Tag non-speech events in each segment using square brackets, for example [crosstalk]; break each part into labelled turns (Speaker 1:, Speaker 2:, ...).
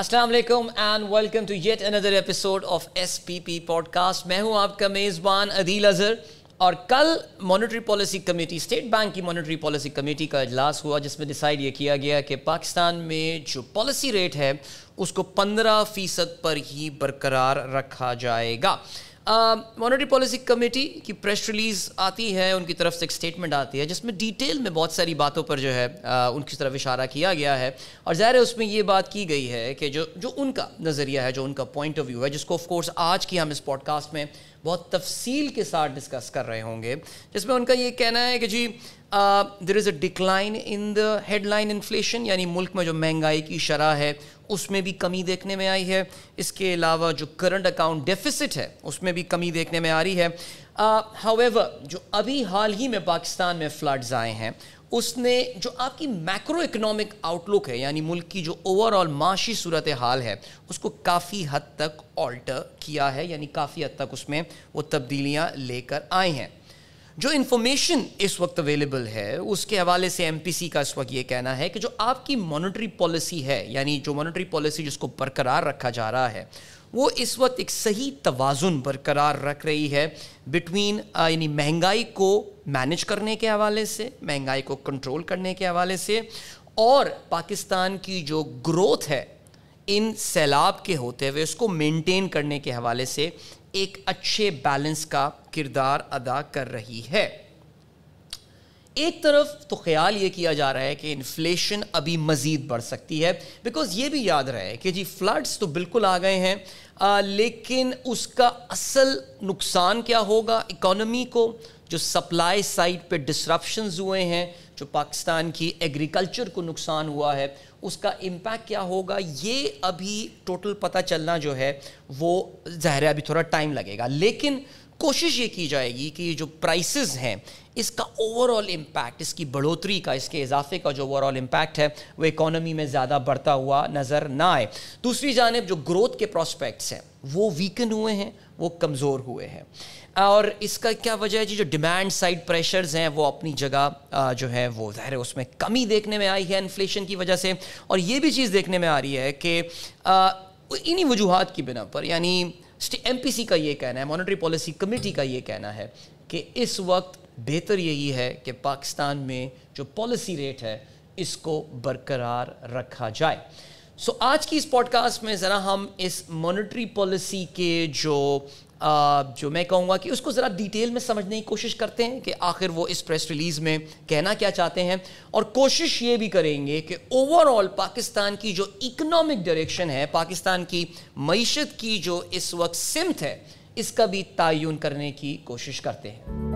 Speaker 1: السلام علیکم and welcome to yet another episode of S P P podcast میں ہوں آپ کا میزبان عدیل اظہر اور کل monetary policy committee State Bank کی مانیٹری پالیسی کمیٹی کا اجلاس ہوا جس میں ڈیسائڈ یہ کیا گیا کہ پاکستان میں جو پالیسی ریٹ ہے اس کو پندرہ فیصد پر ہی برقرار رکھا جائے گا مانیٹری پالیسی کمیٹی کی پریس ریلیز آتی ہے ان کی طرف سے ایک اسٹیٹمنٹ آتی ہے جس میں ڈیٹیل میں بہت ساری باتوں پر جو ہے ان کی طرف اشارہ کیا گیا ہے اور ظاہر ہے اس میں یہ بات کی گئی ہے کہ جو جو ان کا نظریہ ہے جو ان کا پوائنٹ آف ویو ہے جس کو آف کورس آج کی ہم اس پوڈ کاسٹ میں بہت تفصیل کے ساتھ ڈسکس کر رہے ہوں گے جس میں ان کا یہ کہنا ہے کہ جی there is a decline in the headline inflation یعنی ملک میں جو مہنگائی کی شرح ہے اس میں بھی کمی دیکھنے میں آئی ہے اس کے علاوہ جو کرنٹ اکاؤنٹ ڈیفیسٹ ہے اس میں بھی کمی دیکھنے میں آ رہی ہے ہاویور جو ابھی حال ہی میں پاکستان میں فلڈز آئے ہیں اس نے جو آپ کی میکرو اکنامک آؤٹ لک ہے یعنی ملک کی جو اوور آل معاشی صورت حال ہے اس کو کافی حد تک آلٹر کیا ہے یعنی کافی حد تک اس میں وہ تبدیلیاں لے کر آئے ہیں جو انفارمیشن اس وقت اویلیبل ہے اس کے حوالے سے ایم پی سی کا اس وقت یہ کہنا ہے کہ جو آپ کی مانیٹری پالیسی ہے یعنی جو مانیٹری پالیسی جس کو برقرار رکھا جا رہا ہے وہ اس وقت ایک صحیح توازن برقرار رکھ رہی ہے بٹوین یعنی مہنگائی کو مینج کرنے کے حوالے سے مہنگائی کو کنٹرول کرنے کے حوالے سے اور پاکستان کی جو گروتھ ہے ان سیلاب کے ہوتے ہوئے اس کو مینٹین کرنے کے حوالے سے ایک اچھے بیلنس کا کردار ادا کر رہی ہے ایک طرف تو خیال یہ کیا جا رہا ہے کہ انفلیشن ابھی مزید بڑھ سکتی ہے بیکاز یہ بھی یاد رہے کہ جی فلڈس تو بالکل آ گئے ہیں آ, لیکن اس کا اصل نقصان کیا ہوگا اکانومی کو جو سپلائی سائٹ پہ ڈسرپشنز ہوئے ہیں جو پاکستان کی ایگریکلچر کو نقصان ہوا ہے اس کا امپیکٹ کیا ہوگا یہ ابھی ٹوٹل پتہ چلنا جو ہے وہ ظاہر ہے ابھی تھوڑا ٹائم لگے گا لیکن کوشش یہ کی جائے گی کہ جو پرائسز ہیں اس کا اوور آل امپیکٹ اس کی بڑھوتری کا اس کے اضافے کا جو اوور آل امپیکٹ ہے وہ اکانومی میں زیادہ بڑھتا ہوا نظر نہ آئے دوسری جانب جو گروتھ کے پراسپیکٹس ہیں وہ ویکن ہوئے ہیں وہ کمزور ہوئے ہیں اور اس کا کیا وجہ ہے جی جو ڈیمانڈ سائڈ پریشرز ہیں وہ اپنی جگہ جو ہے وہ ظاہر ہے اس میں کمی دیکھنے میں آئی ہے انفلیشن کی وجہ سے اور یہ بھی چیز دیکھنے میں آ رہی ہے کہ انہی وجوہات کی بنا پر یعنی ایم پی سی کا یہ کہنا ہے مانیٹری پالیسی کمیٹی کا یہ کہنا ہے کہ اس وقت بہتر یہی ہے کہ پاکستان میں جو پالیسی ریٹ ہے اس کو برقرار رکھا جائے سو so, آج کی اس پوڈ کاسٹ میں ذرا ہم اس مانیٹری پالیسی کے جو آ, جو میں کہوں گا کہ اس کو ذرا ڈیٹیل میں سمجھنے کی کوشش کرتے ہیں کہ آخر وہ اس پریس ریلیز میں کہنا کیا چاہتے ہیں اور کوشش یہ بھی کریں گے کہ اوور آل پاکستان کی جو اکنامک ڈائریکشن ہے پاکستان کی معیشت کی جو اس وقت سمت ہے اس کا بھی تعین کرنے کی کوشش کرتے ہیں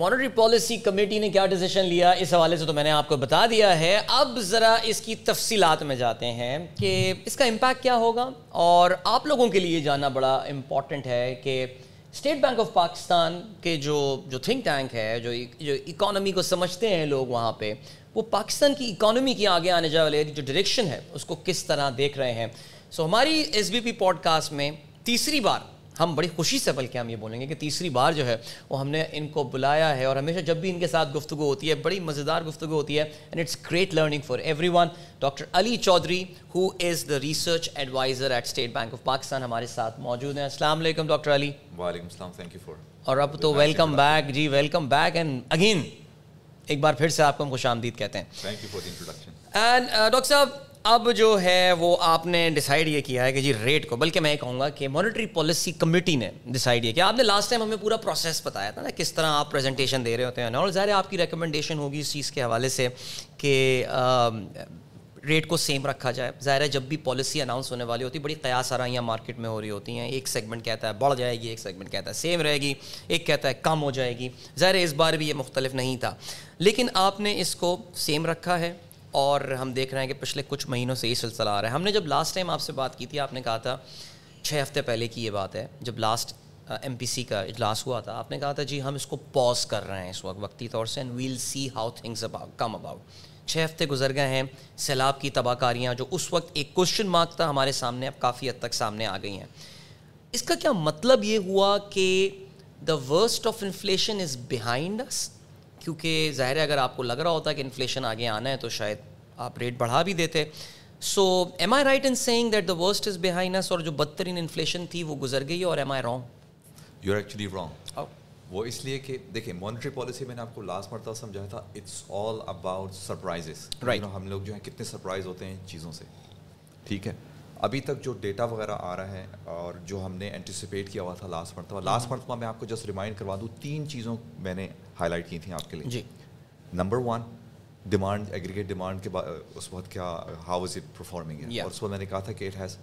Speaker 1: مانیٹری پالیسی کمیٹی نے کیا ڈیسیشن لیا اس حوالے سے تو میں نے آپ کو بتا دیا ہے اب ذرا اس کی تفصیلات میں جاتے ہیں کہ اس کا امپیکٹ کیا ہوگا اور آپ لوگوں کے لیے جانا بڑا امپورٹنٹ ہے کہ اسٹیٹ بینک آف پاکستان کے جو جو تھنک ٹینک ہے جو جو اکانومی کو سمجھتے ہیں لوگ وہاں پہ وہ پاکستان کی اکانومی کی آگے آنے جا والے جو ڈائریکشن ہے اس کو کس طرح دیکھ رہے ہیں سو so, ہماری S B P podcast میں تیسری بار ہم بڑی خوشی سے بلکہ ہم یہ بولیں گے کہ تیسری بار جو ہے وہ ہم نے ان کو بلایا ہے اور ہمیشہ جب بھی ان کے ساتھ گفتگو ہوتی ہے بڑی مزیدار گفتگو ہوتی ہے and it's great learning for everyone doctor Ali Chaudhry who is the research adviser at State Bank of Pakistan ہمارے ساتھ موجود ہیں السلام علیکم ڈاکٹر علی
Speaker 2: وعلیکم السلام تھینک یو فار
Speaker 1: اور اب تو ویلکم بیک جی ویلکم بیک اینڈ اگین ایک بار پھر سے آپ کو ہم خوش آمدید کہتے ہیں
Speaker 2: thank you for the introduction
Speaker 1: and doctor صاحب uh, اب جو ہے وہ آپ نے ڈیسائیڈ یہ کیا ہے کہ جی ریٹ کو بلکہ میں یہ کہوں گا کہ مانیٹری پالیسی کمیٹی نے ڈیسائیڈ یہ کیا آپ نے لاسٹ ٹائم ہمیں پورا پروسیس بتایا تھا نا کس طرح آپ پریزنٹیشن دے رہے ہوتے ہیں اور ظاہر ہے آپ کی ریکمنڈیشن ہوگی اس چیز کے حوالے سے کہ ریٹ کو سیم رکھا جائے ظاہر ہے جب بھی پالیسی اناؤنس ہونے والی ہوتی ہے بڑی قیاس آرائیاں مارکیٹ میں ہو رہی ہوتی ہیں ایک سیگمنٹ کہتا ہے بڑھ جائے گی ایک سیگمنٹ کہتا ہے سیم رہے گی ایک کہتا ہے کم ہو جائے گی ظاہر ہے اس بار بھی یہ مختلف نہیں تھا لیکن آپ نے اس کو سیم رکھا ہے اور ہم دیکھ رہے ہیں کہ پچھلے کچھ مہینوں سے یہ سلسلہ آ رہا ہے ہم نے جب لاسٹ ٹائم آپ سے بات کی تھی آپ نے کہا تھا چھ ہفتے پہلے کی یہ بات ہے جب لاسٹ ایم پی سی کا اجلاس ہوا تھا آپ نے کہا تھا جی ہم اس کو پاز کر رہے ہیں اس وقت وقتی طور سے and we'll see how things about come about چھ ہفتے گزر گئے ہیں سیلاب کی تباہ کاریاں جو اس وقت ایک کوشچن مارک تھا ہمارے سامنے اب کافی حد تک سامنے آ گئی ہیں اس کا کیا مطلب یہ ہوا کہ the worst of inflation is behind us کیونکہ ظاہر ہے اگر آپ کو لگ رہا ہوتا ہے کہ انفلیشن آگے آنا ہے تو شاید آپ ریٹ بڑھا بھی دیتے so am I right in saying that the worst is behind us اور جو بدترین انفلیشن تھی وہ گزر گئی اور am I wrong
Speaker 2: you are actually wrong وہ اس لیے کہ دیکھیں مانیٹری پالیسی میں نے آپ کو لاسٹ مرتبہ سمجھایا تھا it's all about surprises
Speaker 1: Right.
Speaker 2: ہم لوگ جو ہیں کتنے سرپرائز ہوتے ہیں چیزوں سے ٹھیک ہے ابھی تک جو ڈیٹا وغیرہ آ رہا ہے اور جو ہم نے اینٹیسپیٹ کیا ہوا تھا لاسٹ مرتبہ لاسٹ مرتبہ میں آپ کو جسٹ ریمائنڈ کروا دوں تین چیزوں میں نے ہائی لائٹ کی تھیں آپ کے لیے
Speaker 1: جی
Speaker 2: number one demand aggregate demand کے اس وقت کیا how is it performing
Speaker 1: Yeah.
Speaker 2: اور اس وقت میں نے کہا تھا کہ it has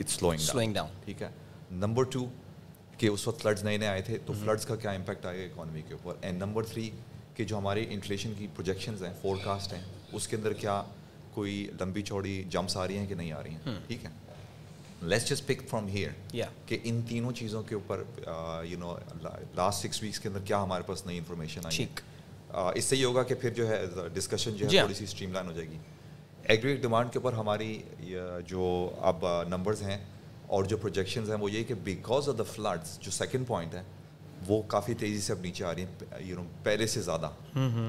Speaker 2: it slowing
Speaker 1: slowing down
Speaker 2: ٹھیک ہے نمبر ٹو کہ اس وقت فلڈز نئے نئے آئے تھے تو فلڈز کا کیا امپیکٹ آئے گا اکانومی کے اوپر اینڈ نمبر تھری کہ جو ہماری انفلیشن کی پروجیکشنز ہیں فور کاسٹ ہیں اس کے اندر کیا کوئی لمبی چوڑی جمپس آ رہی ہیں کہ نہیں آ رہی ہیں ٹھیک ہے let's just pick from here
Speaker 1: Yeah.
Speaker 2: کہ ان تینوں چیزوں کے اوپر you know last six weeks کے اندر کیا ہمارے پاس نئی انفارمیشن آئی
Speaker 1: ٹھیک
Speaker 2: اس سے یہ ہوگا کہ پھر جو ہے ڈسکشن جو ہے تھوڑی سی اسٹریم لائن ہو جائے گی ایگریٹ ڈیمانڈ کے اوپر ہماری جو اب نمبرز ہیں اور جو پروجیکشنز ہیں وہ یہ کہ بیکاز آف دا فلڈس جو سیکنڈ پوائنٹ ہے وہ کافی تیزی سے اب نیچے آ رہی ہیں یو نو پہلے سے زیادہ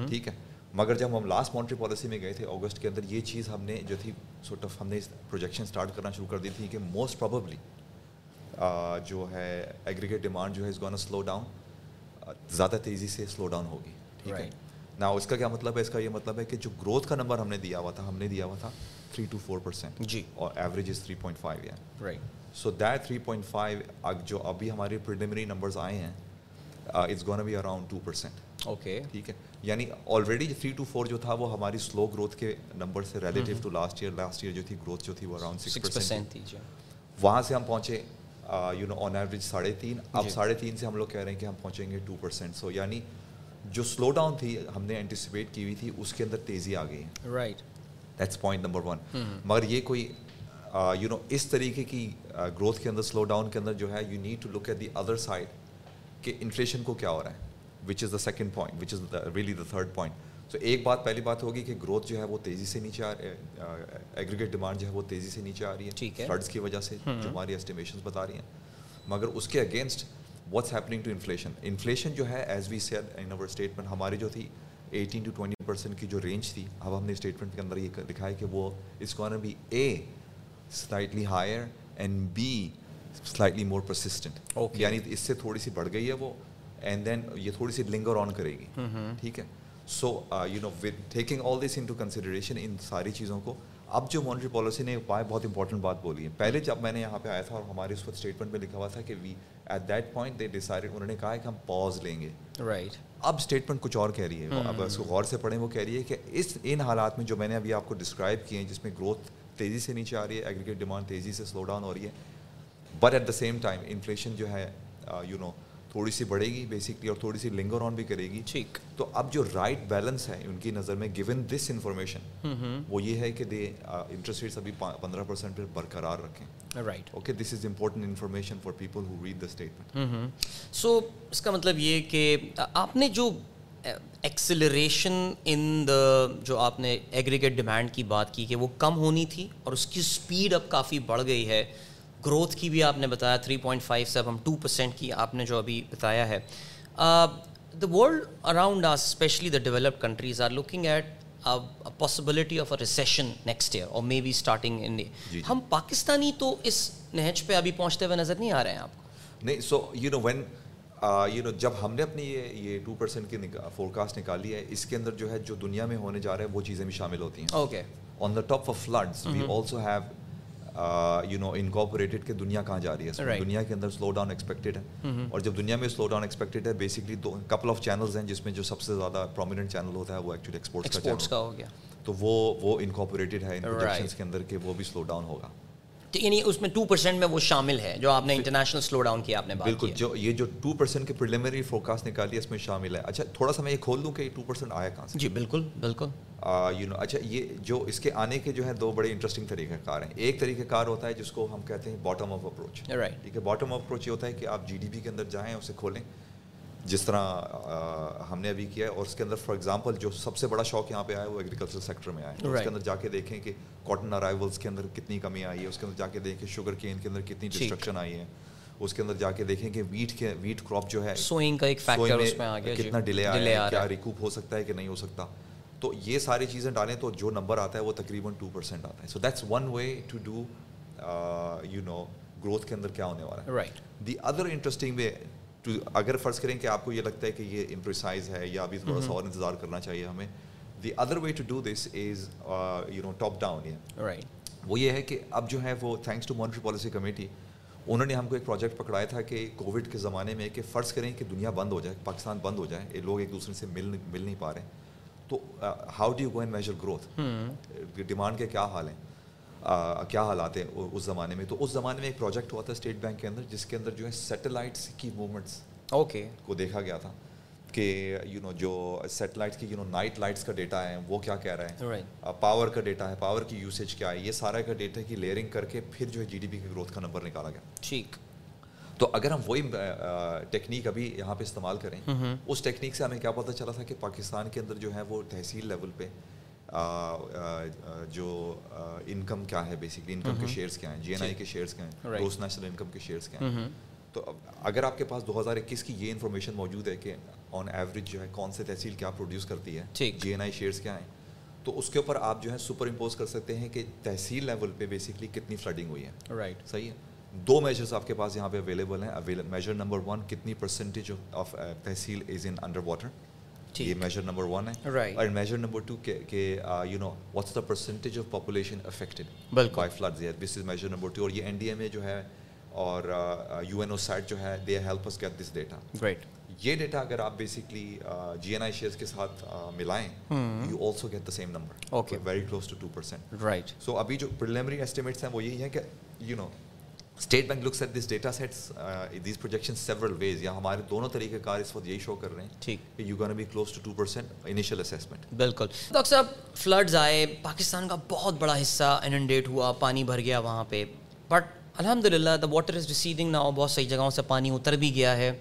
Speaker 2: ٹھیک ہے مگر جب ہم لاسٹ مانٹری پالیسی میں گئے تھے اگست کے اندر یہ چیز ہم نے جو تھی سورٹ آف ہم نے پروجیکشن اسٹارٹ کرنا شروع کر دی تھی کہ موسٹ پراببلی جو ہے ایگریگیٹ ڈیمانڈ جو ہے از گونا سلو ڈاؤن زیادہ تیزی سے سلو ڈاؤن ہوگی ٹھیک ہے نا اس کا کیا مطلب ہے اس کا یہ مطلب ہے کہ جو گروتھ کا نمبر ہم نے دیا ہوا تھا ہم نے دیا ہوا تھا تھری ٹو فور پرسینٹ
Speaker 1: جی
Speaker 2: اور average is three point five ہے
Speaker 1: right
Speaker 2: so that three point five جو ابھی ہمارے پریلیمری نمبرز آئے ہیں it's gonna be around two percent
Speaker 1: okay
Speaker 2: ٹھیک ہے یعنی آلریڈی تھری ٹو فور جو تھا وہ ہماری سلو گروتھ کے نمبر سے relative to last year last year جو تھی گروتھ جو تھی وہ around
Speaker 1: six
Speaker 2: six percent
Speaker 1: percent تھی جی
Speaker 2: وہاں سے ہم پہنچے یو نو آن ایوریج ساڑھے تین اب ساڑھے تین سے ہم لوگ کہہ رہے ہیں کہ ہم پہنچیں گے ٹو پرسینٹ سو یعنی جو سلو ڈاؤن تھی ہم نے اینٹیسپیٹ کی ہوئی تھی اس کے اندر تیزی آ گئی ہے
Speaker 1: right
Speaker 2: that's point number one مگر یہ کوئی یو نو اس طریقے کی گروتھ کے اندر سلو ڈاؤن کے اندر جو ہے you need to look at the other side کہ انفلیشن کو کیا ہو رہا ہے which is the second point which is really the third point so ایک بات پہلی بات ہوگی کہ گروتھ جو ہے وہ تیزی سے نیچے آ ایگریگیٹ ڈیمانڈ جو ہے وہ تیزی سے نیچے آ رہی ہے فلڈس کی وجہ سے جو ہماری اسٹیمیشن بتا رہی ہیں مگر اس کے against what's happening to inflation inflation جو ہے as we said in our statement ہماری جو تھی ایٹین ٹو ٹوئنٹی پرسینٹ کی جو رینج تھی اب ہم نے اسٹیٹمنٹ کے اندر یہ دکھا ہے کہ وہ اس کو be a slightly higher and be slightly more persistent یعنی اس سے تھوڑی سی بڑھ گئی ہے وہ اینڈ دین یہ تھوڑی سی لنگر آن کرے گی
Speaker 1: Mm-hmm.
Speaker 2: ٹھیک ہے uh, so you know with taking all this into consideration ان ساری چیزوں کو اب جو مانیٹری پالیسی نے ایک بائیں بہت امپورٹنٹ بات بولی ہے پہلے جب میں نے یہاں پہ آیا تھا اور ہمارے اس وقت اسٹیٹمنٹ میں لکھا ہوا تھا کہ we at that point they decide انہوں نے کہا ہے کہ ہم پاز لیں گے
Speaker 1: رائٹ
Speaker 2: اب اسٹیٹمنٹ کچھ اور کہہ رہی ہے اب اس کو غور سے پڑھیں وہ کہہ رہی ہے کہ اس ان حالات میں جو میں نے ابھی آپ کو ڈسکرائب کیے ہیں جس میں گروتھ تیزی سے نیچے آ رہی ہے ایگریگیٹ ڈیمانڈ تیزی سے سلو ڈاؤن ہو رہی ہے but at the same time inflation جو ہے یو نو تھوڑی سی بڑھے گی بیسکلی اور تھوڑی سی لنگر آن بھی کرے گی
Speaker 1: ٹھیک
Speaker 2: تو اب جو رائٹ بیلنس ہے ان کی نظر میں گیون دس انفارمیشن وہ یہ ہے کہ دے انٹرسٹ ریٹس ابھی پندرہ پرسینٹ پہ برقرار رکھیں
Speaker 1: right
Speaker 2: okay this is important information for people who read the statement
Speaker 1: Mm-hmm. So اس کا مطلب یہ کہ آپ نے جو eh, ایکسلریشن ان دا جو آپ نے ایگریگیٹ ڈیمانڈ کی بات کی کہ وہ کم ہونی تھی اور اس کی اسپیڈ اب کافی بڑھ گئی ہے گروتھ کی بھی آپ نے بتایا تھری پوائنٹ فائیو سے اب ہم ٹو پرسینٹ کی آپ نے جو ابھی بتایا ہے Uh, the world around us especially the developed countries are looking at possibility of a recession next year اور مے بی اسٹارٹنگ ان ہم پاکستانی تو اس نہج پہ ابھی پہنچتے ہوئے نظر نہیں آ رہے ہیں آپ کو
Speaker 2: نہیں so you know when you know جب ہم نے اپنی یہ یہ ٹو پرسینٹ کی فور کاسٹ نکالی ہے اس کے اندر جو ہے جو دنیا میں ہونے جا رہا ہے وہ چیزیں بھی شامل ہوتی ہیں
Speaker 1: okay
Speaker 2: on the top of floods we also have you know incorporated کہ دنیا کہاں جا رہی ہے دنیا کے اندر سلو ڈاؤن ایکسپیکٹڈ ہے اور جب دنیا میں سلو ڈاؤن ایکسپیکٹڈ ہے بیسکلی دو کپل آف چینلز ہیں جس میں جو سب سے زیادہ پرومیننٹ چینل ہوتا ہے وہ ایکچولی ایکسپورٹس کا
Speaker 1: ایکسپورٹس
Speaker 2: چینل
Speaker 1: کا ہو گیا
Speaker 2: تو وہ وہ انکارپوریٹڈ ہے ان پروجیکشنس کے اندر کہ وہ بھی سلو ڈاؤن ہوگا
Speaker 1: تو یعنی اس میں ٹو پرسینٹ میں وہ شامل ہے جو آپ نے انٹرنیشنل سلو ڈاؤن کیا آپ نے بات
Speaker 2: بالکل جو یہ جو ٹو پرسینٹ کی پریلیمری فورکاسٹ نکالی ہے اس میں شامل ہے اچھا تھوڑا سا میں یہ کھول دوں کہ یہ ٹو پرسینٹ آیا کہاں سے
Speaker 1: جی بالکل بالکل
Speaker 2: یو نو اچھا یہ جو اس کے آنے کے جو ہیں دو بڑے انٹرسٹنگ طریقہ کار ہیں ایک طریقہ کار ہوتا ہے جس کو ہم کہتے ہیں باٹم آف اپروچ
Speaker 1: رائٹ
Speaker 2: ٹھیک ہے باٹم آف اپروچ یہ ہوتا ہے کہ آپ جی ڈی پی کے اندر جائیں اسے کھولیں جس طرح ہم نے ابھی کیا ہے اور اس کے اندر فار ایگزامپل جو سب سے بڑا شوق یہاں پہ آیا ہے وہ ایگریکلچر سیکٹر میں آیا ہے اس کے اندر جا کے دیکھیں کہ کاٹن ارائیولس کے اندر کتنی کمی آئی ہے اس کے اندر جا کے دیکھیں شوگر کین کے اندر کتنی ڈسٹرکشن آئی ہے اس کے اندر جا کے دیکھیں کہ ویٹ کے ویٹ کراپ جو ہے
Speaker 1: سوئنگ کا ایک
Speaker 2: سوئی
Speaker 1: فیکٹر
Speaker 2: میں
Speaker 1: اس میں آ گیا
Speaker 2: کتنا ڈیلے آیا
Speaker 1: ڈیلے
Speaker 2: ہے
Speaker 1: آ رہا
Speaker 2: کیا ریکوپ ہو سکتا ہے کہ نہیں ہو سکتا تو یہ ساری چیزیں ڈالیں تو جو نمبر آتا ہے وہ تقریباً ٹو پرسینٹ آتا ہے so that's one way to do you know growth کے اندر کیا ہونے والا ہے
Speaker 1: right
Speaker 2: the other interesting way to اگر فرض کریں کہ آپ کو یہ لگتا ہے کہ یہ امپریسائز ہے یا ابھی تھوڑا سا اور انتظار کرنا چاہیے ہمیں the other way to do this is you know top down یہ
Speaker 1: رائٹ
Speaker 2: وہ یہ ہے کہ اب جو ہے وہ thanks to monetary policy committee انہوں نے ہم کو ایک پروجیکٹ پکڑایا تھا کہ کووڈ کے زمانے میں کہ فرض کریں کہ دنیا بند ہو جائے پاکستان بند ہو جائے یہ لوگ ایک دوسرے سے مل مل نہیں پا رہے تو how do you go and major
Speaker 1: Hmm,
Speaker 2: growth demand کے کیا حال ہیں کیا حالات ہیں اس زمانے میں تو اس زمانے میں ایک پروجیکٹ ہوا تھا اسٹیٹ بینک کے اندر جس کے اندر جو ہے سیٹلائٹس کی موومنٹس
Speaker 1: اوکے
Speaker 2: کو دیکھا گیا تھا کہ یو نو جو سیٹلائٹس کی یو نو نائٹ لائٹس کا ڈیٹا ہے وہ کیا کہہ رہے ہیں پاور کا ڈیٹا ہے پاور کی یوسیج کیا ہے یہ سارا کا ڈیٹا کی لیئرنگ کر کے پھر جو ہے جی ڈی پی کی گروتھ کا نمبر نکالا گیا
Speaker 1: ٹھیک
Speaker 2: تو اگر ہم وہی ٹیکنیک ابھی یہاں پہ استعمال کریں
Speaker 1: Hmm,
Speaker 2: اس ٹیکنیک سے ہمیں کیا پتہ چلا تھا کہ پاکستان کے اندر جو ہے وہ تحصیل لیول پہ جو انکم کیا ہے بیسکلی انکم کے شیئرس کیا ہیں جی این آئی کے شیئرس کیا ہیں گروس نیشنل انکم کے شیئرس
Speaker 1: hmm,
Speaker 2: کیا ہیں تو اگر آپ کے پاس دو ہزار اکیس کی یہ انفارمیشن موجود ہے کہ آن ایوریج جو ہے کون سے تحصیل کیا پروڈیوس کرتی ہے جی این آئی شیئرس کیا ہیں تو اس کے اوپر آپ جو ہے سپر امپوز کر سکتے ہیں کہ تحصیل لیول پہ بیسکلی کتنی فلڈنگ ہوئی ہے
Speaker 1: رائٹ
Speaker 2: صحیح ہے دو میجرز آپ کے پاس یہاں پہ اویلیبل ہیں میجر نمبر ون کتنی percentage of tehsil is in under water یہ میجر نمبر ون ہے اور میجر نمبر ٹو کہ uh, you know what's the percentage of population affected by floods this is major number two اور یہ N D M A جو ہے اور U N O site جو ہے they help us get this data
Speaker 1: right
Speaker 2: یہ data اگر آپ basically G N I shares کے ساتھ ملائیں you also get the same number very close to two percent
Speaker 1: right
Speaker 2: so ابھی جو پریلیمری ایسٹیمیٹس ہیں وہ یہی ہیں کہ you know State Bank looks at this data sets these projection several ways یا ہمارے دونوں طریقہ کار اس وقت یہی شو کر رہے ہیں
Speaker 1: ٹھیک
Speaker 2: کہ you can be close to two percent initial assessment
Speaker 1: بالکل ڈاکٹر صاحب فلڈز آئے پاکستان کا بہت بڑا حصہ انڈیٹ ہوا پانی بھر گیا وہاں پہ بٹ الحمد للہ the water is receding now بہت ساری جگہوں سے پانی اتر بھی گیا ہے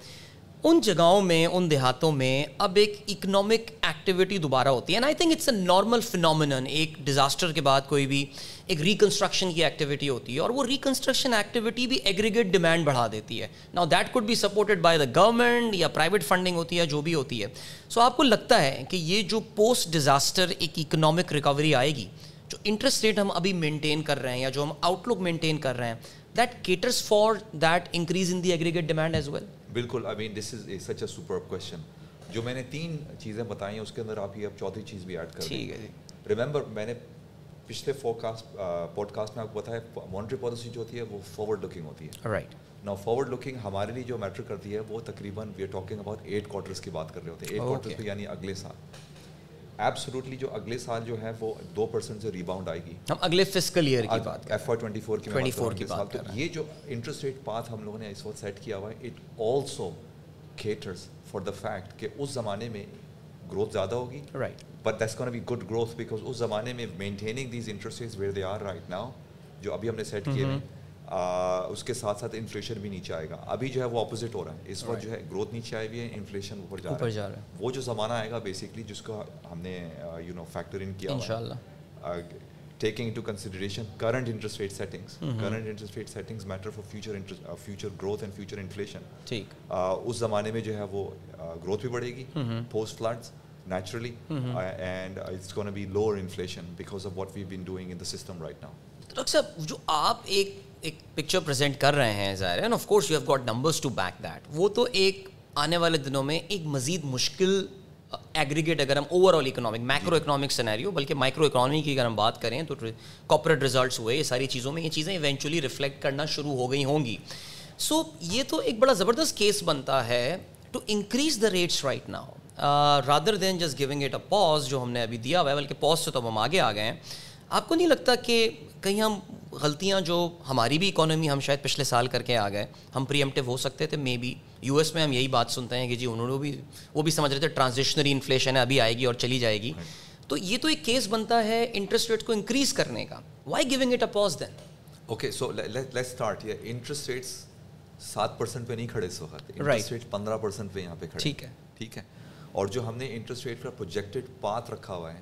Speaker 1: ان جگہوں میں ان دیہاتوں میں اب ایک اکنامک ایکٹیویٹی دوبارہ ہوتی ہے and I think it's a normal phenomenon ایک ڈیزاسٹر کے بعد کوئی بھی ایک ریکنسٹرکشن کی ایکٹیویٹی ہوتی ہے اور وہ ریکنسٹرکشن ایکٹیویٹی بھی ایگریگیٹ ڈیمانڈ بڑھا دیتی ہے now that could be supported by the government یا پرائیویٹ فنڈنگ ہوتی ہے جو بھی ہوتی ہے سو آپ کو لگتا ہے کہ یہ جو پوسٹ ڈیزاسٹر ایک اکنامک ریکوری آئے گی جو انٹرسٹ ریٹ ہم ابھی مینٹین کر رہے ہیں یا جو ہم آؤٹ لک مینٹین کر رہے ہیں that caters for that increase in the aggregate demand as well
Speaker 2: بالکل I mean this is such a super question جو میں نے تین چیزیں بتائی ہیں اس کے اندر آپ یہ اب چوتھی چیز بھی ایڈ کر دیں
Speaker 1: ٹھیک ہے جی
Speaker 2: ریمبر میں نے پچھلے فور کاسٹ پوڈ کاسٹ میں آپ کو بتایا مانیٹری پالیسی جو ہوتی ہے وہ فارورڈ لکنگ ہوتی ہے
Speaker 1: رائٹ
Speaker 2: نا فارورڈ لکنگ ہمارے لیے جو میٹر کرتی ہے وہ تقریباً we are talking about eight quarters کی بات کر رہے ہوتے ہیں ایٹ کوارٹرس پہ یعنی اگلے سال ایبسلوٹلی جو اگلے سال جو ہے وہ دو پرسینٹ سے ریباؤنڈ آئے گی
Speaker 1: ہم اگلے فزیکل ایئر کی بات
Speaker 2: ایف آئی ٹوئنٹی فور کی میں بات کر
Speaker 1: 24 کی بات کر
Speaker 2: رہا ہوں اس سال۔ تو یہ جو انٹرسٹ ریٹ پاتھ ہم لوگوں نے اس وقت سیٹ کیا ہوا ہے it also caters for the fact کہ اس زمانے میں گروتھ زیادہ ہوگی
Speaker 1: رائٹ
Speaker 2: بٹ دیٹس کون بی گڈ گروتھ بیکاز اس زمانے میں maintaining these interest rates where they are right now جو ابھی ہم نے سیٹ کیے ہیں اس کے ساتھ ساتھ انفلیشن بھی نیچے آئے گا ابھی جو ہے وہ اپوزٹ ہو رہا ہے اس وقت جو ہے گروتھ نیچے آئی ہوئی ہے انفلیشن اوپر جا
Speaker 1: اوپر
Speaker 2: رہا
Speaker 1: جا
Speaker 2: ہے
Speaker 1: رہا ہے
Speaker 2: وہ جو زمانہ آئے گا بیسکلی جس کو ہم نے یو نو فیکٹر ان کیا
Speaker 1: ان
Speaker 2: ہوا
Speaker 1: شاء
Speaker 2: ہے
Speaker 1: اللہ
Speaker 2: taking into consideration current interest rate settings current interest rate settings matter for future future growth and future inflation
Speaker 1: ٹھیک
Speaker 2: اس زمانے میں جو ہے وہ گروتھ بھی بڑھے گی post floods naturally and it's کون be lower inflation because of what we been doing in the system right now
Speaker 1: doctor صاحب جو آپ ایک ایک پکچر پریزنٹ کر رہے ہیں ظاہر ہے of course you have got numbers to back that وہ تو ایک آنے والے دنوں میں ایک مزید مشکل ایگریگیٹ اگر ہم overall economic micro economic scenario بلکہ مائکرو اکنامی کی اگر ہم بات کریں تو کارپوریٹ ریزلٹس ہوئے یہ ساری چیزوں میں یہ چیزیں ایونچولی ریفلیکٹ کرنا شروع ہو گئی ہوں گی سو یہ تو ایک بڑا زبردست کیس بنتا ہے to increase the rates right now rather than just giving it a pause جو ہم نے ابھی دیا ہوا ہے بلکہ پاز سے تو ہم آگے آ گئے ہیں آپ کو نہیں لگتا کہ کہیں ہم غلطیاں جو ہماری بھی اکانومی ہم شاید پچھلے سال کر کے آ گئے ہم پریمٹیو ہو سکتے تھے مے بی یو ایس میں ہم یہی بات سنتے ہیں کہ جی انہوں نے بھی وہ بھی سمجھ رہے تھے ٹرانزیشنری انفلیشن ہے ابھی آئے گی اور چلی جائے گی تو یہ تو ایک کیس بنتا ہے انٹرسٹ ریٹ کو انکریز کرنے کا why giving it a pause then
Speaker 2: okay so let start یہ انٹرسٹ ریٹس سات پرسینٹ پہ نہیں کھڑے اس وقت انٹرسٹ ریٹ پندرہ پرسینٹ پہ یہاں پہ کھڑے
Speaker 1: ٹھیک ہے
Speaker 2: ٹھیک ہے اور جو ہم نے انٹرسٹ ریٹ کا پروجیکٹڈ پاتھ رکھا ہوا ہے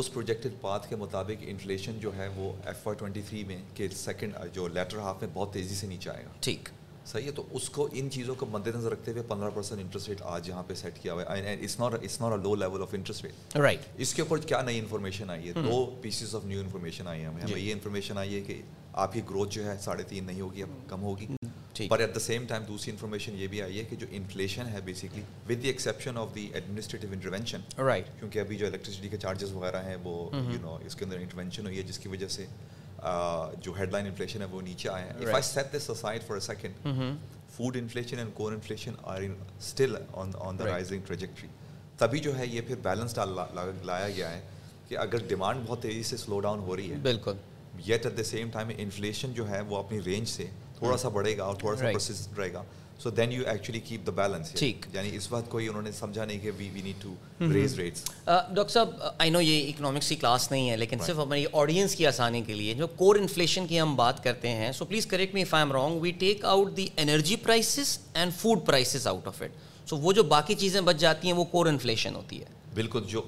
Speaker 2: اس پروجیکٹڈ پاتھ کے مطابق انفلیشن جو ہے وہ ایف آئی ٹوئنٹی تھری میں کے سیکنڈ جو لیٹر ہاف میں بہت تیزی سے نیچے آئے گا
Speaker 1: ٹھیک
Speaker 2: صحیح ہے تو اس کو ان چیزوں کو مد نظر رکھتے ہوئے پندرہ پرسینٹ انٹرسٹ ریٹ آج یہاں پہ سیٹ کیا ہوا ہے low level of interest rate
Speaker 1: right
Speaker 2: اس کے اوپر کیا نئی انفارمیشن آئی ہے دو پیسز آف نیو انفارمیشن آئی ہے ہمیں ہمیں یہ انفارمیشن آئی ہے کہ آپ کی گروتھ جو ہے ساڑھے تین نہیں ہوگی اب کم ہوگی پر ایٹ دا سیم ٹائم دوسری انفارمیشن یہ بھی آئی ہے کہ جو انفلیشن ہے basically with the exception of the administrative intervention
Speaker 1: right
Speaker 2: کیونکہ ابھی جو الیکٹرسٹی کے چارجز وغیرہ ہیں وہ یو نو اس کے اندر انٹروینشن ہوئی ہے جس کی وجہ سے جو ہیڈ لائن انفلیشن ہے وہ نیچے آیا ہے if I set this aside for a second
Speaker 1: Mm-hmm.
Speaker 2: Food inflation and core inflation are still on the rising trajectory تبھی جو ہے یہ پھر بیلنس لایا گیا ہے کہ اگر ڈیمانڈ بہت تیزی سے سلو ڈاؤن ہو رہی ہے
Speaker 1: بالکل
Speaker 2: yet at the same time inflation جو ہے وہ اپنی رینج سے تھوڑا سا بڑھے گا اور تھوڑا سا پرسسٹ رہے گا so then you actually keep the balance یعنی اس بات کوئی انہوں نے سمجھا نہیں کہ we we need to raise rates
Speaker 1: doctor صاحب آئی نو یہ اکنامکس کی کلاس نہیں ہے لیکن صرف ہماری آڈینس کی آسانی کے لیے جو کور انفلیشن کی ہم بات کرتے ہیں so please correct me if I am wrong we take out the energy prices and food prices out of it so وہ جو باقی چیزیں بچ جاتی ہیں وہ کور انفلیشن ہوتی ہے
Speaker 2: بالکل جو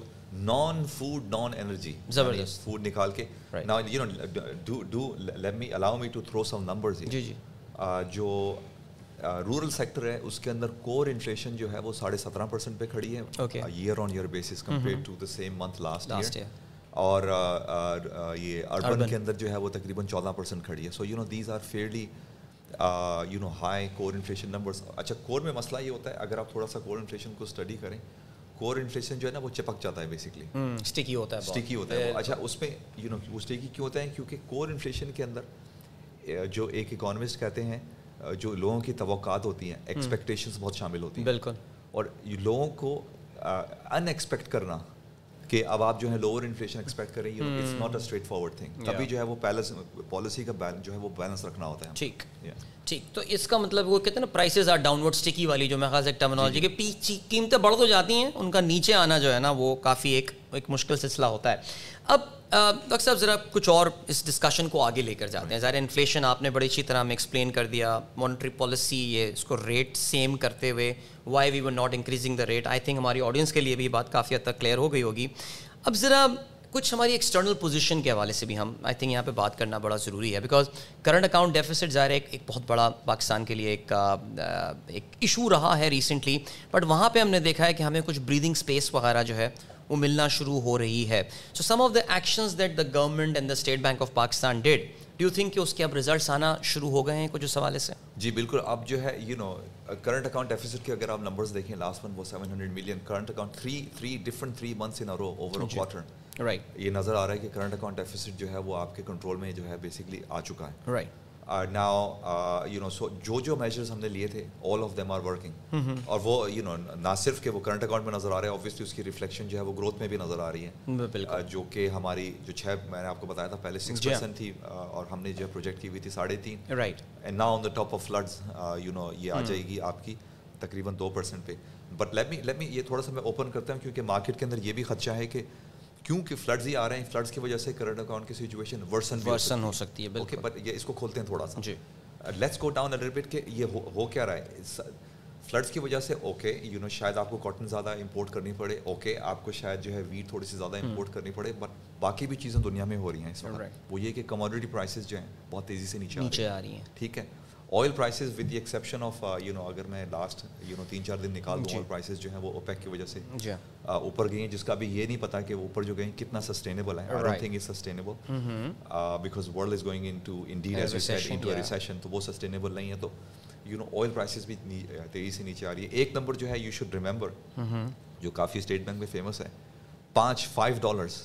Speaker 2: نان فوڈ نان انرجی
Speaker 1: زبردست۔
Speaker 2: فوڈ یعنی نکال کے
Speaker 1: Right.
Speaker 2: نا you know do let me allow me to throw some numbers
Speaker 1: جی جی
Speaker 2: جو رورل سیکٹر ہے اس کے اندر کور انفلیشن جو ہے وہ ساڑھے سترہ پرسینٹ پہ کھڑی ہے year on year basis compare to the same month last
Speaker 1: Mm-hmm. Last
Speaker 2: year
Speaker 1: year.
Speaker 2: اور یہ اربن کے اندر جو ہے وہ تقریباً چودہ پرسینٹ کھڑی ہے so you know these are fairly you know high core inflation numbers اچھا کور میں مسئلہ یہ ہوتا ہے اگر آپ تھوڑا سا کور انفلیشن کو اسٹڈی کریں کور انفلیشن جو ہے نا وہ چپک جاتا ہے بیسکلی
Speaker 1: اسٹکی ہوتا ہے
Speaker 2: اسٹیکی Hmm. ہوتا ہے وہ اچھا اس میں یو نو وہ اسٹیکی کیوں ہوتا ہے کیونکہ کور انفلیشن کے اندر جو ایک اکانومسٹ کہتے ہیں uh, جو لوگوں کی توقعات ہوتی ہیں ایکسپیکٹیشنس بہت شامل ہوتی ہیں
Speaker 1: بالکل
Speaker 2: اور لوگوں کو ان ایکسپیکٹ کرنا کہ اب آپ جو ہے لوور انفلیشن ایکسپیکٹ کریں it's not a straight forward thing تبھی جو ہے وہ پالیسی کا جو ہے وہ بیلنس رکھنا ہوتا ہے
Speaker 1: ٹھیک ٹھیک تو اس کا مطلب وہ کہتے ہیں نا prices are downward sticky والی جو میرے خیال سے ٹرمنالوجی کے پیچھ قیمتیں بڑھ تو جاتی ہیں ان کا نیچے آنا جو ہے نا وہ کافی ایک ایک مشکل سلسلہ ہوتا ہے اب ڈاکٹر صاحب ذرا کچھ اور اس ڈسکشن کو آگے لے کر جاتے ہیں ظاہر انفلیشن آپ نے بڑی اچھی طرح ہمیں ایکسپلین کر دیا مانیٹری پالیسی یہ اس کو ریٹ سیم کرتے ہوئے why we were not increasing the rate I think ہماری آڈینس کے لیے بھی یہ بات کافی حد تک کلیئر ہو گئی ہوگی اب ذرا کچھ ہماری ایکسٹرنل پوزیشن کے حوالے سے بھی ہم آئی تھنک یہاں پہ بات کرنا بڑا ضروری ہے بیکاز کرنٹ اکاؤنٹ ڈیفیسٹ ظاہر ہے ایک ایک بہت بڑا پاکستان کے لیے ایک آ، آ، ایک ایشو رہا ہے ریسنٹلی بٹ وہاں پہ ہم نے دیکھا ہے کہ ہمیں کچھ بریدنگ اسپیس وغیرہ جو ہے وہ ملنا شروع ہو رہی ہے so some of the actions that the government and the State Bank of Pakistan did do you think کہ اس کے اب ریزلٹس آنا شروع ہو گئے ہیں کچھ اس حوالے سے
Speaker 2: جی بالکل اب جو ہے you know current account deficit کے اگر آپ نمبرز دیکھیں لاسٹ ون وہ seven hundred million current account three three different three months in over a quarter
Speaker 1: right
Speaker 2: یہ نظر آ رہا ہے کہ کرنٹ اکاؤنٹ ڈیفیسٹ جو ہے وہ آپ کے کنٹرول میں جو ہے بیسکلی آ چکا ہے
Speaker 1: right
Speaker 2: now you know so جو جو میجرز ہم نے لیے تھے all of them are working اور وہ یو نو نہ صرف کہ وہ کرنٹ اکاؤنٹ میں نظر آ رہے ہیں obviously اس کی ریفلیکشن جو ہے وہ گروتھ میں بھی نظر آ رہی ہے
Speaker 1: بالکل
Speaker 2: جو کہ ہماری جو چھ میں نے آپ کو بتایا تھا پہلے سکس پرسینٹ تھی اور ہم نے جو پروجیکٹ کی ہوئی تھی ساڑھے تین
Speaker 1: رائٹ
Speaker 2: اینڈ نا on the top of floods you know یہ آ جائے گی آپ کی تقریباً دو پرسینٹ پہ but let me let me یہ تھوڑا سا میں اوپن کرتا ہوں کیونکہ مارکیٹ کے اندر یہ بھی خدشہ ہے کہ کیونکہ فلڈز ہی آ رہے ہیں فلڈز کی وجہ سے کرنٹ اکاؤنٹ کی سچویشن ورسن
Speaker 1: ورسن ہو سکتی ہے
Speaker 2: اوکے
Speaker 1: بالکل
Speaker 2: بٹ یہ اس کو کھولتے ہیں تھوڑا سا
Speaker 1: جی
Speaker 2: لیٹس گو ڈاؤن ریپٹ کہ یہ ہو کیا رہا ہے فلڈس کی وجہ سے اوکے یو نو شاید آپ کو کاٹن زیادہ امپورٹ کرنی پڑے اوکے آپ کو شاید جو ہے ویٹ تھوڑی سی زیادہ امپورٹ کرنی پڑے بٹ باقی بھی چیزیں دنیا میں ہو رہی ہیں اس وقت وہ یہ کہ کموڈٹی پرائسز جو ہیں بہت تیزی سے نیچے آ رہے
Speaker 1: نیچے آ رہی ہیں
Speaker 2: ہیں ٹھیک ہے oil prices with the exception of you know uh, اگر میں لاسٹ یو نو تین چار دن نکال دوں آئل پرائسز جو ہیں وہ اوپیک کی وجہ سے
Speaker 1: جی ہاں
Speaker 2: اوپر گئی ہیں جس کا ابھی یہ نہیں پتا کہ وہ اوپر جو گئی ہیں کتنا سسٹینیبل ہے I think is sustainable because world is going into indeed as into recession تو وہ سسٹینیبل نہیں ہے تو یو نو آئل پرائسز بھی تیزی سے نیچے آ رہی ہے ایک نمبر جو ہے یو شوڈ ریمبر جو کافی اسٹیٹ بینک میں فیمس ہے پانچ five dollars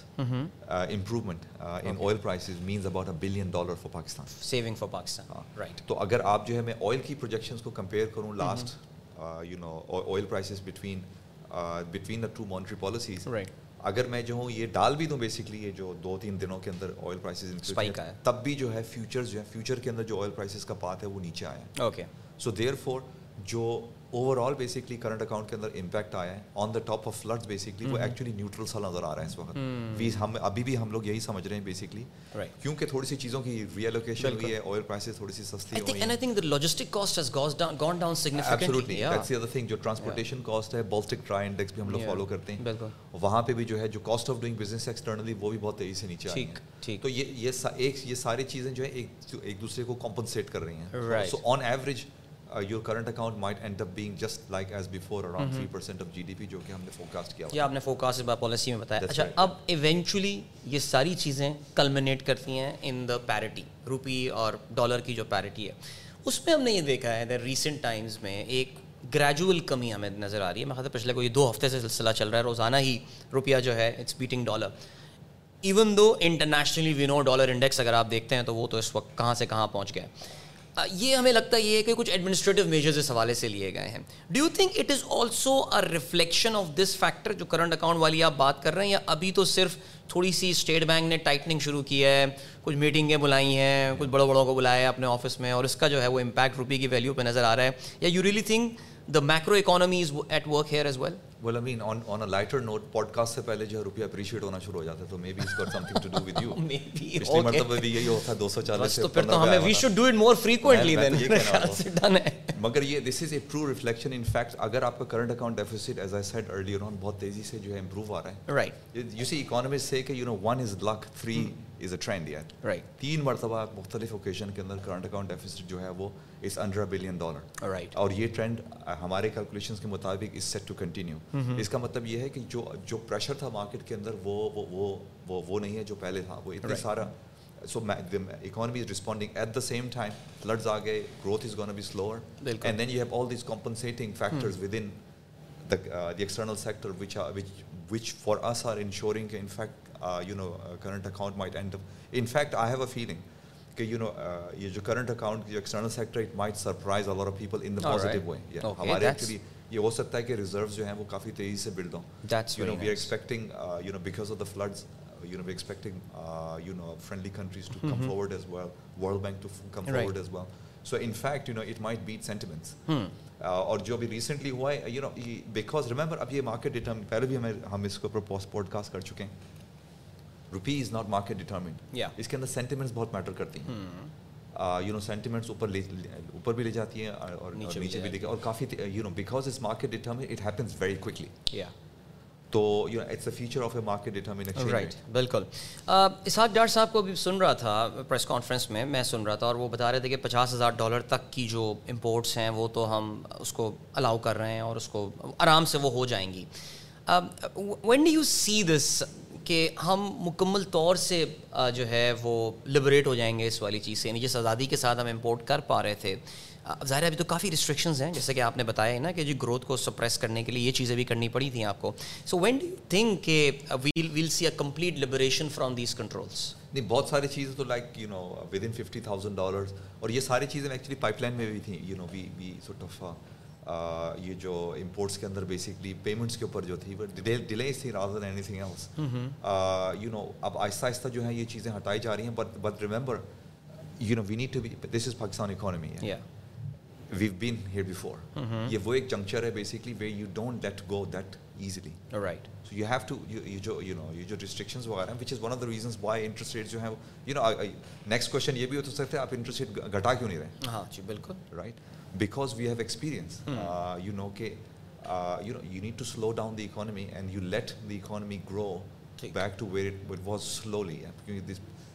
Speaker 2: improvement in oil prices means about a billion dollar for Pakistan
Speaker 1: saving for Pakistan right
Speaker 2: تو اگر آپ جو ہے میں آئل کی پروجیکشنس کو کمپیئر کروں last you know oil prices between between the two monetary policies
Speaker 1: right
Speaker 2: اگر میں جو ہوں یہ ڈال بھی دوں بیسکلی یہ جو دو تین دنوں کے اندر آئل پرائسز تب بھی جو ہے فیوچر جو ہے فیوچر کے اندر جو آئل پرائسز کا پات ہے وہ نیچے آیا ہے
Speaker 1: اوکے
Speaker 2: سو دیئر فور جو overall basically current account کے اندر امپیکٹ آیا ہے on the top of flood basically وہ ایکچولی نیوٹرل سا نظر آ رہا ہے اس وقت ویز ہم ابھی بھی ہم لوگ یہی سمجھ رہے ہیں بیسکلی
Speaker 1: رائٹ
Speaker 2: کیونکہ تھوڑی سی چیزوں کی ری ایلوکیشن ہوئی ہے آئل پرائسز تھوڑی سی سستی ہوئی ہیں ایبسولوٹلی دیٹس ادر تھنگ جو ٹرانسپورٹیشن کاسٹ ہے بالٹک ٹرائی انڈیکس بھی ہم لوگ فالو کرتے ہیں وہاں پہ بھی جو ہے جو cost of doing business externally وہ بھی بہت تیزی سے نیچے آئی ہیں تو یہ یہ یہ ساری چیزیں جو ہے ایک دوسرے کو کمپنسیٹ کر رہی ہیں so on average uh, your current account might end up being just like as before around
Speaker 1: Mm-hmm.
Speaker 2: 3% of GDP جو کہ ہم نے forecast کیا ہوا
Speaker 1: یہ آپ نے فوکس پالیسی میں بتایا
Speaker 2: That's
Speaker 1: اچھا
Speaker 2: right.
Speaker 1: اب ایونچولی یہ ساری چیزیں کلمنیٹ کرتی ہیں ان دا پیرٹی روپی اور ڈالر کی جو پیرٹی ہے اس میں ہم نے یہ دیکھا ہے ریسنٹ ٹائمز میں ایک گریجول کمی ہمیں نظر آ رہی ہے میں خاطر پچھلے کوئی دو ہفتے سے سلسلہ چل رہا ہے روزانہ ہی روپیہ جو ہے it's beating dollar even though internationally we know dollar index اگر آپ دیکھتے ہیں تو وہ تو اس وقت کہاں سے کہاں پہنچ گئے ہیں۔ یہ ہمیں لگتا یہ ہے کہ کچھ ایڈمنسٹریٹو میجرز اس حوالے سے لیے گئے ہیں do you think it is also a reflection of this factor جو کرنٹ اکاؤنٹ والی آپ بات کر رہے ہیں یا ابھی تو صرف تھوڑی سی اسٹیٹ بینک نے ٹائٹنگ شروع کی ہے کچھ میٹنگیں بلائی ہیں کچھ بڑوں بڑوں کو بلایا ہے اپنے آفس میں اور اس کا جو ہے وہ امپیکٹ روپی کی ویلیو پہ نظر آ رہا ہے یا you really think the macro economy is at work here as well
Speaker 2: well i mean on on a lighter note podcast سے پہلے جو ہے روپیہ appreciate ہونا شروع ہو جاتا ہے تو maybe it's got something to do
Speaker 1: [laughs]
Speaker 2: with you
Speaker 1: maybe
Speaker 2: پچھلی مرتبہ بھی یہی ہوتا ہے 240
Speaker 1: بس
Speaker 2: سے
Speaker 1: تو پھر
Speaker 2: اوپر
Speaker 1: تو ہمیں
Speaker 2: لگایا
Speaker 1: وی
Speaker 2: ہوا
Speaker 1: should do it more frequently
Speaker 2: میں- میں
Speaker 1: دین
Speaker 2: تو یہ کہہ
Speaker 1: [laughs]
Speaker 2: رہا ہوں۔
Speaker 1: سے ڈن ہے
Speaker 2: تھا۔ مگر یہ this is a true reflection in fact اگر آپ کا current account deficit as I said earlier on بہت تیزی سے جو ہے امپروو آ رہا ہے
Speaker 1: رائٹ
Speaker 2: یو سی اکانومسٹ سے کہ you know one is luck three is a trend یار
Speaker 1: رائٹ
Speaker 2: تین مرتبہ مختلف اوکیشن کے اندر کرنٹ اکاؤنٹ ڈیفیسٹ جو ہے وہ is under billion dollar
Speaker 1: right
Speaker 2: اور یہ ٹرینڈ ہمارے کیلکولیشن کے مطابق از سیٹ ٹو کنٹینیو اس کا مطلب یہ ہے کہ جو جو پریشر تھا مارکیٹ کے اندر وہ وہ وہ وہ وہ نہیں ہے جو پہلے تھا وہ اتنا سارا so economy is responding at the same time floods آ گئے growth is gonna be slower
Speaker 1: بالکل۔
Speaker 2: And then you have all these compensating factors with in the uh, the external sector which are which which for us are ensuring in fact uh, you know uh, current account might end up in fact I have a feeling okay you know uh, your your current account your external sector it might surprise a lot of people in the
Speaker 1: All
Speaker 2: positive
Speaker 1: right.
Speaker 2: way yeah
Speaker 1: Okay,
Speaker 2: ہمارے
Speaker 1: that's-
Speaker 2: actually یہ ہو سکتا ہے کہ reserves جو ہیں وہ کافی تیزی سے build ہوں
Speaker 1: That's
Speaker 2: you know
Speaker 1: very
Speaker 2: we are
Speaker 1: nice.
Speaker 2: expecting uh, you know because of the floods uh, you know we're expecting uh, you know friendly countries to come forward as well World Bank to f- come
Speaker 1: Mm-hmm. Right.
Speaker 2: forward as well so in fact you know it might beat sentiments
Speaker 1: Hmm.
Speaker 2: Uh, اور جو ابھی recently ہوا ہے you know because remember اب یہ market ڈیٹرم پہلے بھی ہمیں ہم اس کو پوڈ کاسٹ کر چکے ہیں rupee is not market determined
Speaker 1: Yeah. Hmm.
Speaker 2: اس کے اندر سینٹیمنٹس بہت میٹر کرتی ہیں یو نو سینٹیمنٹس اوپر لے اوپر بھی لے جاتی ہیں اور نیچے بھی لے کے اور کافی یو نو بیکاز اس market determined it happens very quickly
Speaker 1: یا
Speaker 2: تو you know it's a feature of a market determination
Speaker 1: right بالکل اسحاق ڈار صاحب کو ابھی سن رہا تھا پریس کانفرنس میں میں سن رہا تھا اور وہ بتا رہے تھے کہ پچاس ہزار ڈالر تک کی جو امپورٹس ہیں وہ تو ہم اس کو الاؤ کر رہے ہیں اور اس کو آرام سے وہ ہو جائیں گی Uh, when do you see this کہ ہم مکمل طور سے جو ہے وہ لبریٹ ہو جائیں گے اس والی چیز سے یعنی جس آزادی کے ساتھ ہم امپورٹ کر پا رہے تھے اب ظاہر ہے ابھی تو کافی ریسٹرکشنز ہیں جیسے کہ آپ نے بتایا ہی نا کہ جی گروتھ کو سپریس کرنے کے لیے یہ چیزیں بھی کرنی پڑی تھیں آپ کو so when do you think کہ well well see a complete liberation from these controls
Speaker 2: نہیں بہت ساری چیزیں تو like you know with in fifty thousand dollars اور یہ ساری چیزیں ایکچولی پائپ لائن میں بھی تھیں you know we we sort of یہ جو امپورٹس کے اندر بیسکلی پیمنٹس کے اوپر جو تھی ڈیلیز تھی rather than anything else you know اب آہستہ آہستہ جو ہے یہ چیزیں ہٹائی جا رہی ہیں but but remember you know we need to be this is Pakistan economy ہے
Speaker 1: یا
Speaker 2: ویو بین ہیئر بفور یہ وہ ایک جنکچر ہے basically way you don't let go that easily
Speaker 1: right
Speaker 2: so you have to یہ جو یو نو یہ جو ریسٹرکشنز وغیرہ ہیں which is one of the reasons why interest rate جو ہیں یو نو نیکسٹ کوشچن یہ بھی ہو سکتا ہے آپ انٹرسٹ ریٹ گھٹا کیوں نہیں رہے
Speaker 1: ہاں جی بالکل
Speaker 2: right because we have experience you know کہ you know you need to slow down the economy and you let the economy grow back to where it was slowly کیونکہ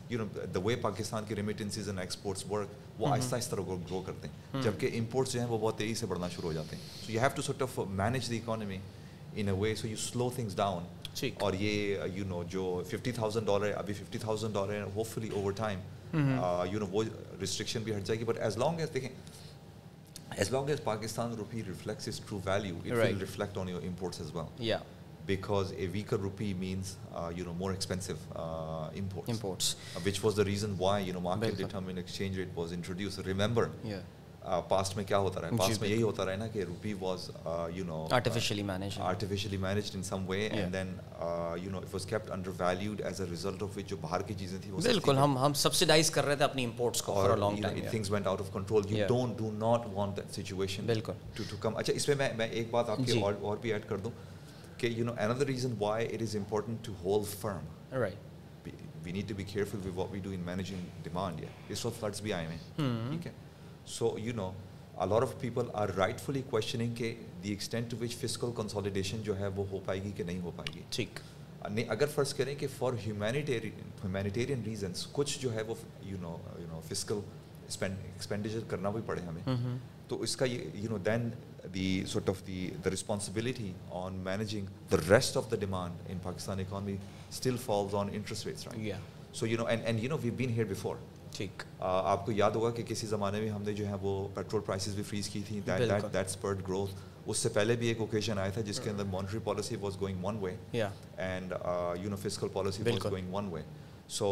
Speaker 2: you know the way Pakistan کی remittances and exports work وہ آہستہ آہستہ گرو کرتے ہیں جبکہ imports جو ہیں وہ بہت تیزی سے بڑھنا شروع ہو جاتے ہیں so you have to sort of manage the economy in a way so you slow things down
Speaker 1: ٹھیک
Speaker 2: اور یہ یو نو جو ففٹی تھاؤزینڈ ڈالر ہے ابھی ففٹی تھاؤزینڈ ڈالر ہے hopefully over time
Speaker 1: Mm-hmm.
Speaker 2: You know uh, وہ restriction بھی ہٹ جائے گی بٹ ایز لانگ ایز دیکھیں as long as Pakistan rupee reflects is true value it will
Speaker 1: Right.
Speaker 2: Reflect on your imports as well
Speaker 1: یا
Speaker 2: because a weaker rupee means you know more expensive imports
Speaker 1: imports
Speaker 2: which was the reason why you know market
Speaker 1: بالکل۔
Speaker 2: Determine exchange rate was introduced remember
Speaker 1: یا
Speaker 2: past uh, میں کیا ہوتا رہا ہے
Speaker 1: جی،
Speaker 2: past میں یہی ہوتا رہا ہے نا کہ uh, rupee was you know
Speaker 1: artificially manage
Speaker 2: artificially managed in some way
Speaker 1: Yeah.
Speaker 2: and then uh, you know it was kept undervalued as a result of which جو باہر کی چیزیں تھیں وہ سب
Speaker 1: بالکل
Speaker 2: تھی۔
Speaker 1: ہم ہم سبسڈائز کر رہے تھے اپنی امپورٹس کو فار
Speaker 2: اور
Speaker 1: a long
Speaker 2: you know,
Speaker 1: time
Speaker 2: it- things went out of control you
Speaker 1: Yeah.
Speaker 2: don't do not want that situation
Speaker 1: بالکل
Speaker 2: to to come اچھا اس میں میں میں ایک بات آپ کی
Speaker 1: جی۔
Speaker 2: اور اور بھی ایڈ کر دوں کہ you know another reason why it is important to hold firm
Speaker 1: right
Speaker 2: we- we need to be careful with what we do in managing demand yeah اس وقت floods بھی آئے
Speaker 1: Hmm.
Speaker 2: ہوئے ہیں ٹھیک ہے so you know a lot of people are rightfully questioning کہ the extent to which fiscal consolidation جو ہے وہ ہو پائے گی کہ نہیں ہو پائے گی
Speaker 1: ٹھیک
Speaker 2: نہیں اگر فرض کریں کہ فار ہیومینیٹیرین ہیومینیٹیرین ریزنس کچھ جو ہے وہ you know you know fiscal expenditure کرنا بھی پڑے ہمیں تو اس کا یہ you know then the sort of the the responsibility on managing the rest of the demand in Pakistan economy still falls on interest rates
Speaker 1: Yeah.
Speaker 2: So you know and and you know we been here before
Speaker 1: ٹھیک
Speaker 2: آپ کو یاد ہوگا کہ کسی زمانے میں ہم نے جو ہے وہ پیٹرول پرائسز بھی فریز کی تھیں گروتھ اس سے پہلے بھی ایک اوکیزن آیا تھا جس کے اندر monetary policy was going one way
Speaker 1: یا
Speaker 2: and you know fiscal policy was going one way so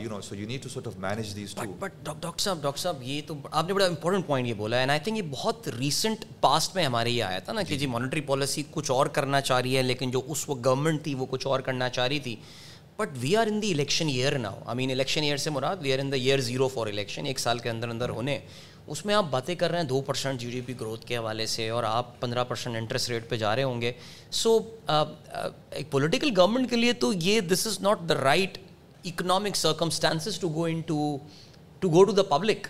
Speaker 2: you know so you need to sort of manage these two
Speaker 1: but doctor صاحب ڈاکٹر صاحب یہ تو آپ نے بڑا امپورٹنٹ پوائنٹ یہ بولا اینڈ آئی تھنک یہ بہت ریسنٹ پاسٹ میں ہمارے یہ آیا تھا نا کہ جی مانیٹری پالیسی کچھ اور کرنا چاہ رہی ہے لیکن جو اس وقت گورنمنٹ تھی وہ کچھ اور کرنا چاہ رہی تھی but we are in the election year now I mean election year سے مراد we are in the year zero for election ایک سال کے اندر اندر ہونے اس میں آپ باتیں کر رہے ہیں دو percent G D P growth کے حوالے سے اور آپ پندرہ پرسینٹ انٹرسٹ ریٹ پہ جا رہے ہوں گے سو ایک پولیٹیکل گورنمنٹ کے لیے تو یہ this is not the right economic circumstances to go in to to go to the public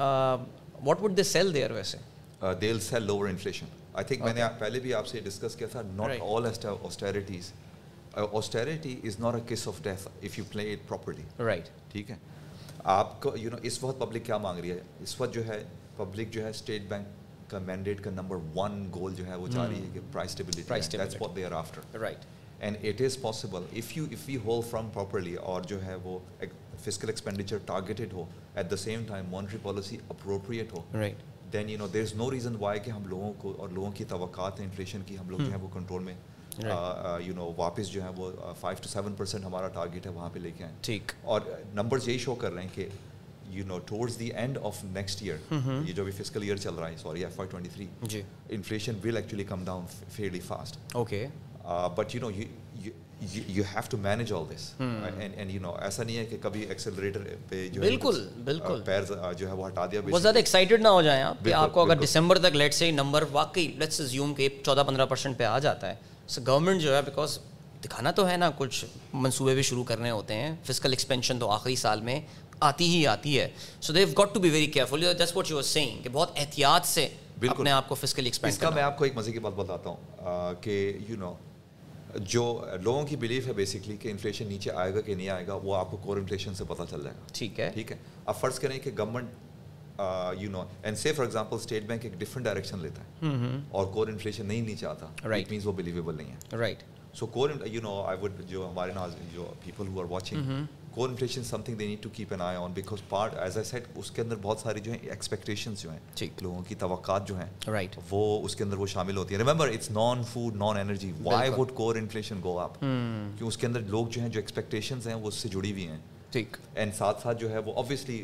Speaker 1: uh, what would they sell there ویسے
Speaker 2: they'll sell lower inflation I think میں نے پہلے بھی آپ سے ڈسکس کیا تھا not all austerities Uh, austerity is not a kiss of death if you play it properly
Speaker 1: right
Speaker 2: ٹھیک ہے آپ کو یو نو اس وقت پبلک کیا مانگ رہی ہے اس وقت جو ہے پبلک جو ہے اسٹیٹ بینک کا مینڈیٹ کا نمبر ون گول جو ہے وہ جا رہی ہے کہ price stability they are after
Speaker 1: right
Speaker 2: and it is possible if you if you hold from properly اور جو ہے وہ فزیکل ایکسپینڈیچر ٹارگیٹڈ ہو at the same time monetary policy appropriate ہو
Speaker 1: right
Speaker 2: then you know there is no reason why کہ ہم لوگوں کو اور لوگوں کی توقعات ہیں انفلیشن کی ہم لوگ جو ہے وہ کنٹرول میں یو نو واپس جو ہے وہ فائیو ٹو سیون پرسینٹ ہمارا ٹارگیٹ ہے وہاں پہ لے کے آئیں
Speaker 1: ٹھیک
Speaker 2: اور نمبرز یہی شو کر رہے ہیں کہ you know towards the end of next year یہ جو بھی فزیکل ایئر چل رہا ہے سوری ایف آئی ٹوئنٹی تھری
Speaker 1: جی
Speaker 2: inflation will actually come down fairly fast
Speaker 1: okay
Speaker 2: but you know you have to manage all this and you know ایسا نہیں ہے کہ کبھی ایکسلریٹر پہ جو
Speaker 1: بالکل
Speaker 2: uh,
Speaker 1: بالکل
Speaker 2: پیر جو ہے وہ ہٹا دیا
Speaker 1: بہت زیادہ ایکسائٹیڈ نہ ہو جائیں آپ کہ آپ کو اگر دسمبر تک لیٹ سے نمبر واقعی لیٹس زیوم کہ چودہ پندرہ پرسینٹ پہ آ جاتا ہے سو گورنمنٹ جو ہے بیکاز دکھانا تو ہے نا کچھ منصوبے بھی شروع کرنے ہوتے ہیں فزیکل ایکسپینشن تو آخری سال میں آتی ہی آتی ہے so they've got to be very careful just what you saying کہ بہت احتیاط سے اپنے آپ کو فزیکل
Speaker 2: اس کا
Speaker 1: ایکسپینشن
Speaker 2: میں آپ کو ایک مزے کی بات بتاتا ہوں کہ یو نو جو لوگوں کی بلیف ہے بیسکلی کہ انفلیشن نیچے آئے گا کہ نہیں آئے گا وہ آپ کو کور انفلیشن سے پتہ چل جائے گا
Speaker 1: ٹھیک ہے
Speaker 2: ٹھیک ہے اب فرض کریں کہ government you know and say for example State Bank ایک ڈفرنٹ ڈائریکشن لیتا ہے اور کور انفلیشن نہیں نیچے آتا اٹ مینس وہ بلیویبل نہیں ہے
Speaker 1: right
Speaker 2: so core you know I would جو ہمارے ناز جو people who are watching core inflation something they need to keep an eye on because part as a set اس کے اندر بہت ساری جو ہیں ایکسپیکٹیشنس جو ہیں لوگوں کی توقعات جو ہیں
Speaker 1: رائٹ
Speaker 2: وہ اس کے اندر وہ شامل ہوتی ہے remember it's non food non energy why would core inflation go up کیوں اس کے اندر لوگ جو ہیں جو ایکسپیکٹیشنز ہیں وہ اس سے جڑی ہوئی ہیں
Speaker 1: ٹھیک
Speaker 2: اینڈ ساتھ ساتھ جو ہے وہ آبویسلی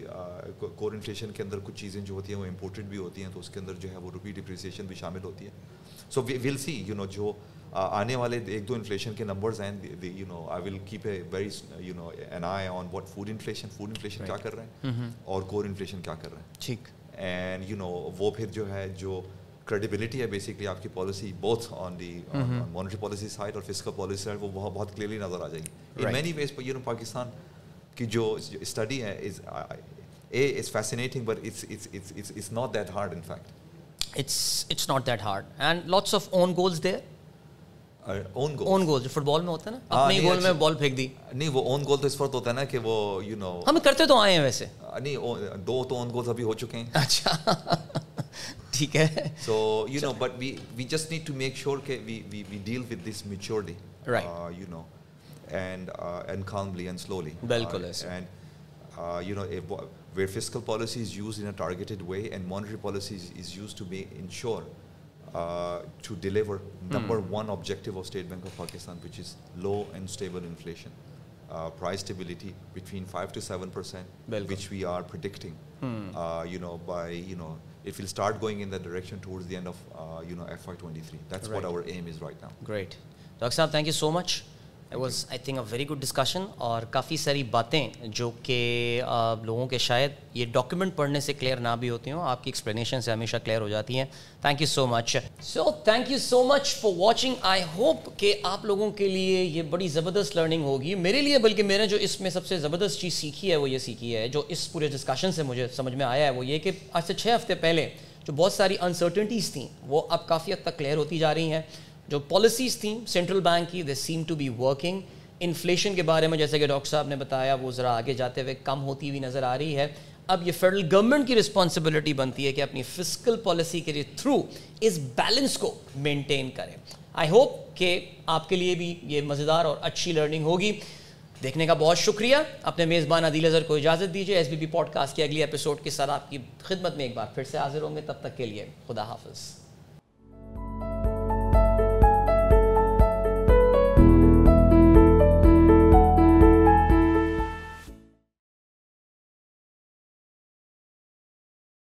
Speaker 2: کور انفلیشن کے اندر کچھ چیزیں جو ہوتی ہیں وہ امپورٹڈ بھی ہوتی ہیں تو اس کے اندر جو ہے وہ روپی ڈپریسیشن بھی شامل ہوتی ہے سو ول سی یو نو جو آنے والے ایک دو انفلیشن کے نمبرز ہیں you know I will keep a very you know an eye on what food inflation food inflation کیا کر رہے ہیں اور کور انفلیشن کیا کر رہے ہیں
Speaker 1: ٹھیک
Speaker 2: اینڈ یو نو وہ پھر جو ہے جو کریڈیبلٹی ہے بیسکلی آپ کی policy both on the monetary policy side اور فزیکل پالیسی سائڈ وہ بہت بہت کلیئرلی نظر آ جائے گی in many ways you know Pakistan کی جو اسٹڈی ہے a is fascinating but it's not that hard in fact
Speaker 1: it's it's not that hard and lots of own goals there
Speaker 2: own goal
Speaker 1: اون گول جو فٹ بال میں ہوتا ہے نا اپنے گول میں بال پھینک دی
Speaker 2: نہیں وہ اون گول تو اس وقت ہوتا ہے نا کہ وہ یو نو
Speaker 1: ہم کرتے تو آئے ہیں ویسے
Speaker 2: نہیں دو تو اون گولس ابھی ہو چکے ہیں
Speaker 1: اچھا [laughs] ٹھیک ہے
Speaker 2: so you know but we we just need to make sure کہ we deal with this maturity you know and and calmly and slowly uh, and where fiscal policy is used in a targeted way and monetary policy is used to be ensure to deliver number one objective of State Bank of Pakistan which is low and stable inflation price stability between five to seven percent which we are predicting you know by you know it will start going in the direction towards the end of you know F I twenty three that's what our aim is right now
Speaker 1: great doctor صاحب thank you so much was I think a very good discussion اور کافی ساری باتیں جو کہ لوگوں کے شاید یہ ڈاکیومنٹ پڑھنے سے کلیئر نہ بھی ہوتی ہوں آپ کی ایکسپلینیشن سے ہمیشہ کلیئر ہو جاتی ہیں thank you so much so thank you so much for watching I hope کہ آپ لوگوں کے لیے یہ بڑی زبردست لرننگ ہوگی میرے لیے بلکہ میں نے جو اس میں سب سے زبردست چیز سیکھی ہے وہ یہ سیکھی ہے جو اس پورے ڈسکشن سے مجھے سمجھ میں آیا ہے وہ یہ کہ آج سے چھ ہفتے پہلے جو بہت ساری انسرٹنٹیز تھیں وہ اب کافی حد تک کلیئر ہوتی جا رہی ہیں جو پالیسیز تھیں سینٹرل بینک کی they seem to be working inflation کے بارے میں جیسے کہ ڈاکٹر صاحب نے بتایا وہ ذرا آگے جاتے ہوئے کم ہوتی ہوئی نظر آ رہی ہے اب یہ فیڈرل گورنمنٹ کی رسپانسبلٹی بنتی ہے کہ اپنی فزیکل پالیسی کے تھرو اس بیلنس کو مینٹین کریں آئی ہوپ کہ آپ کے لیے بھی یہ مزیدار اور اچھی لرننگ ہوگی دیکھنے کا بہت شکریہ اپنے میزبان عدیل اظہر کو اجازت دیجیے S B P podcast کے اگلی ایپیسوڈ کے ساتھ آپ کی خدمت میں ایک بار پھر سے حاضر ہوں گے تب تک کے لیے خدا حافظ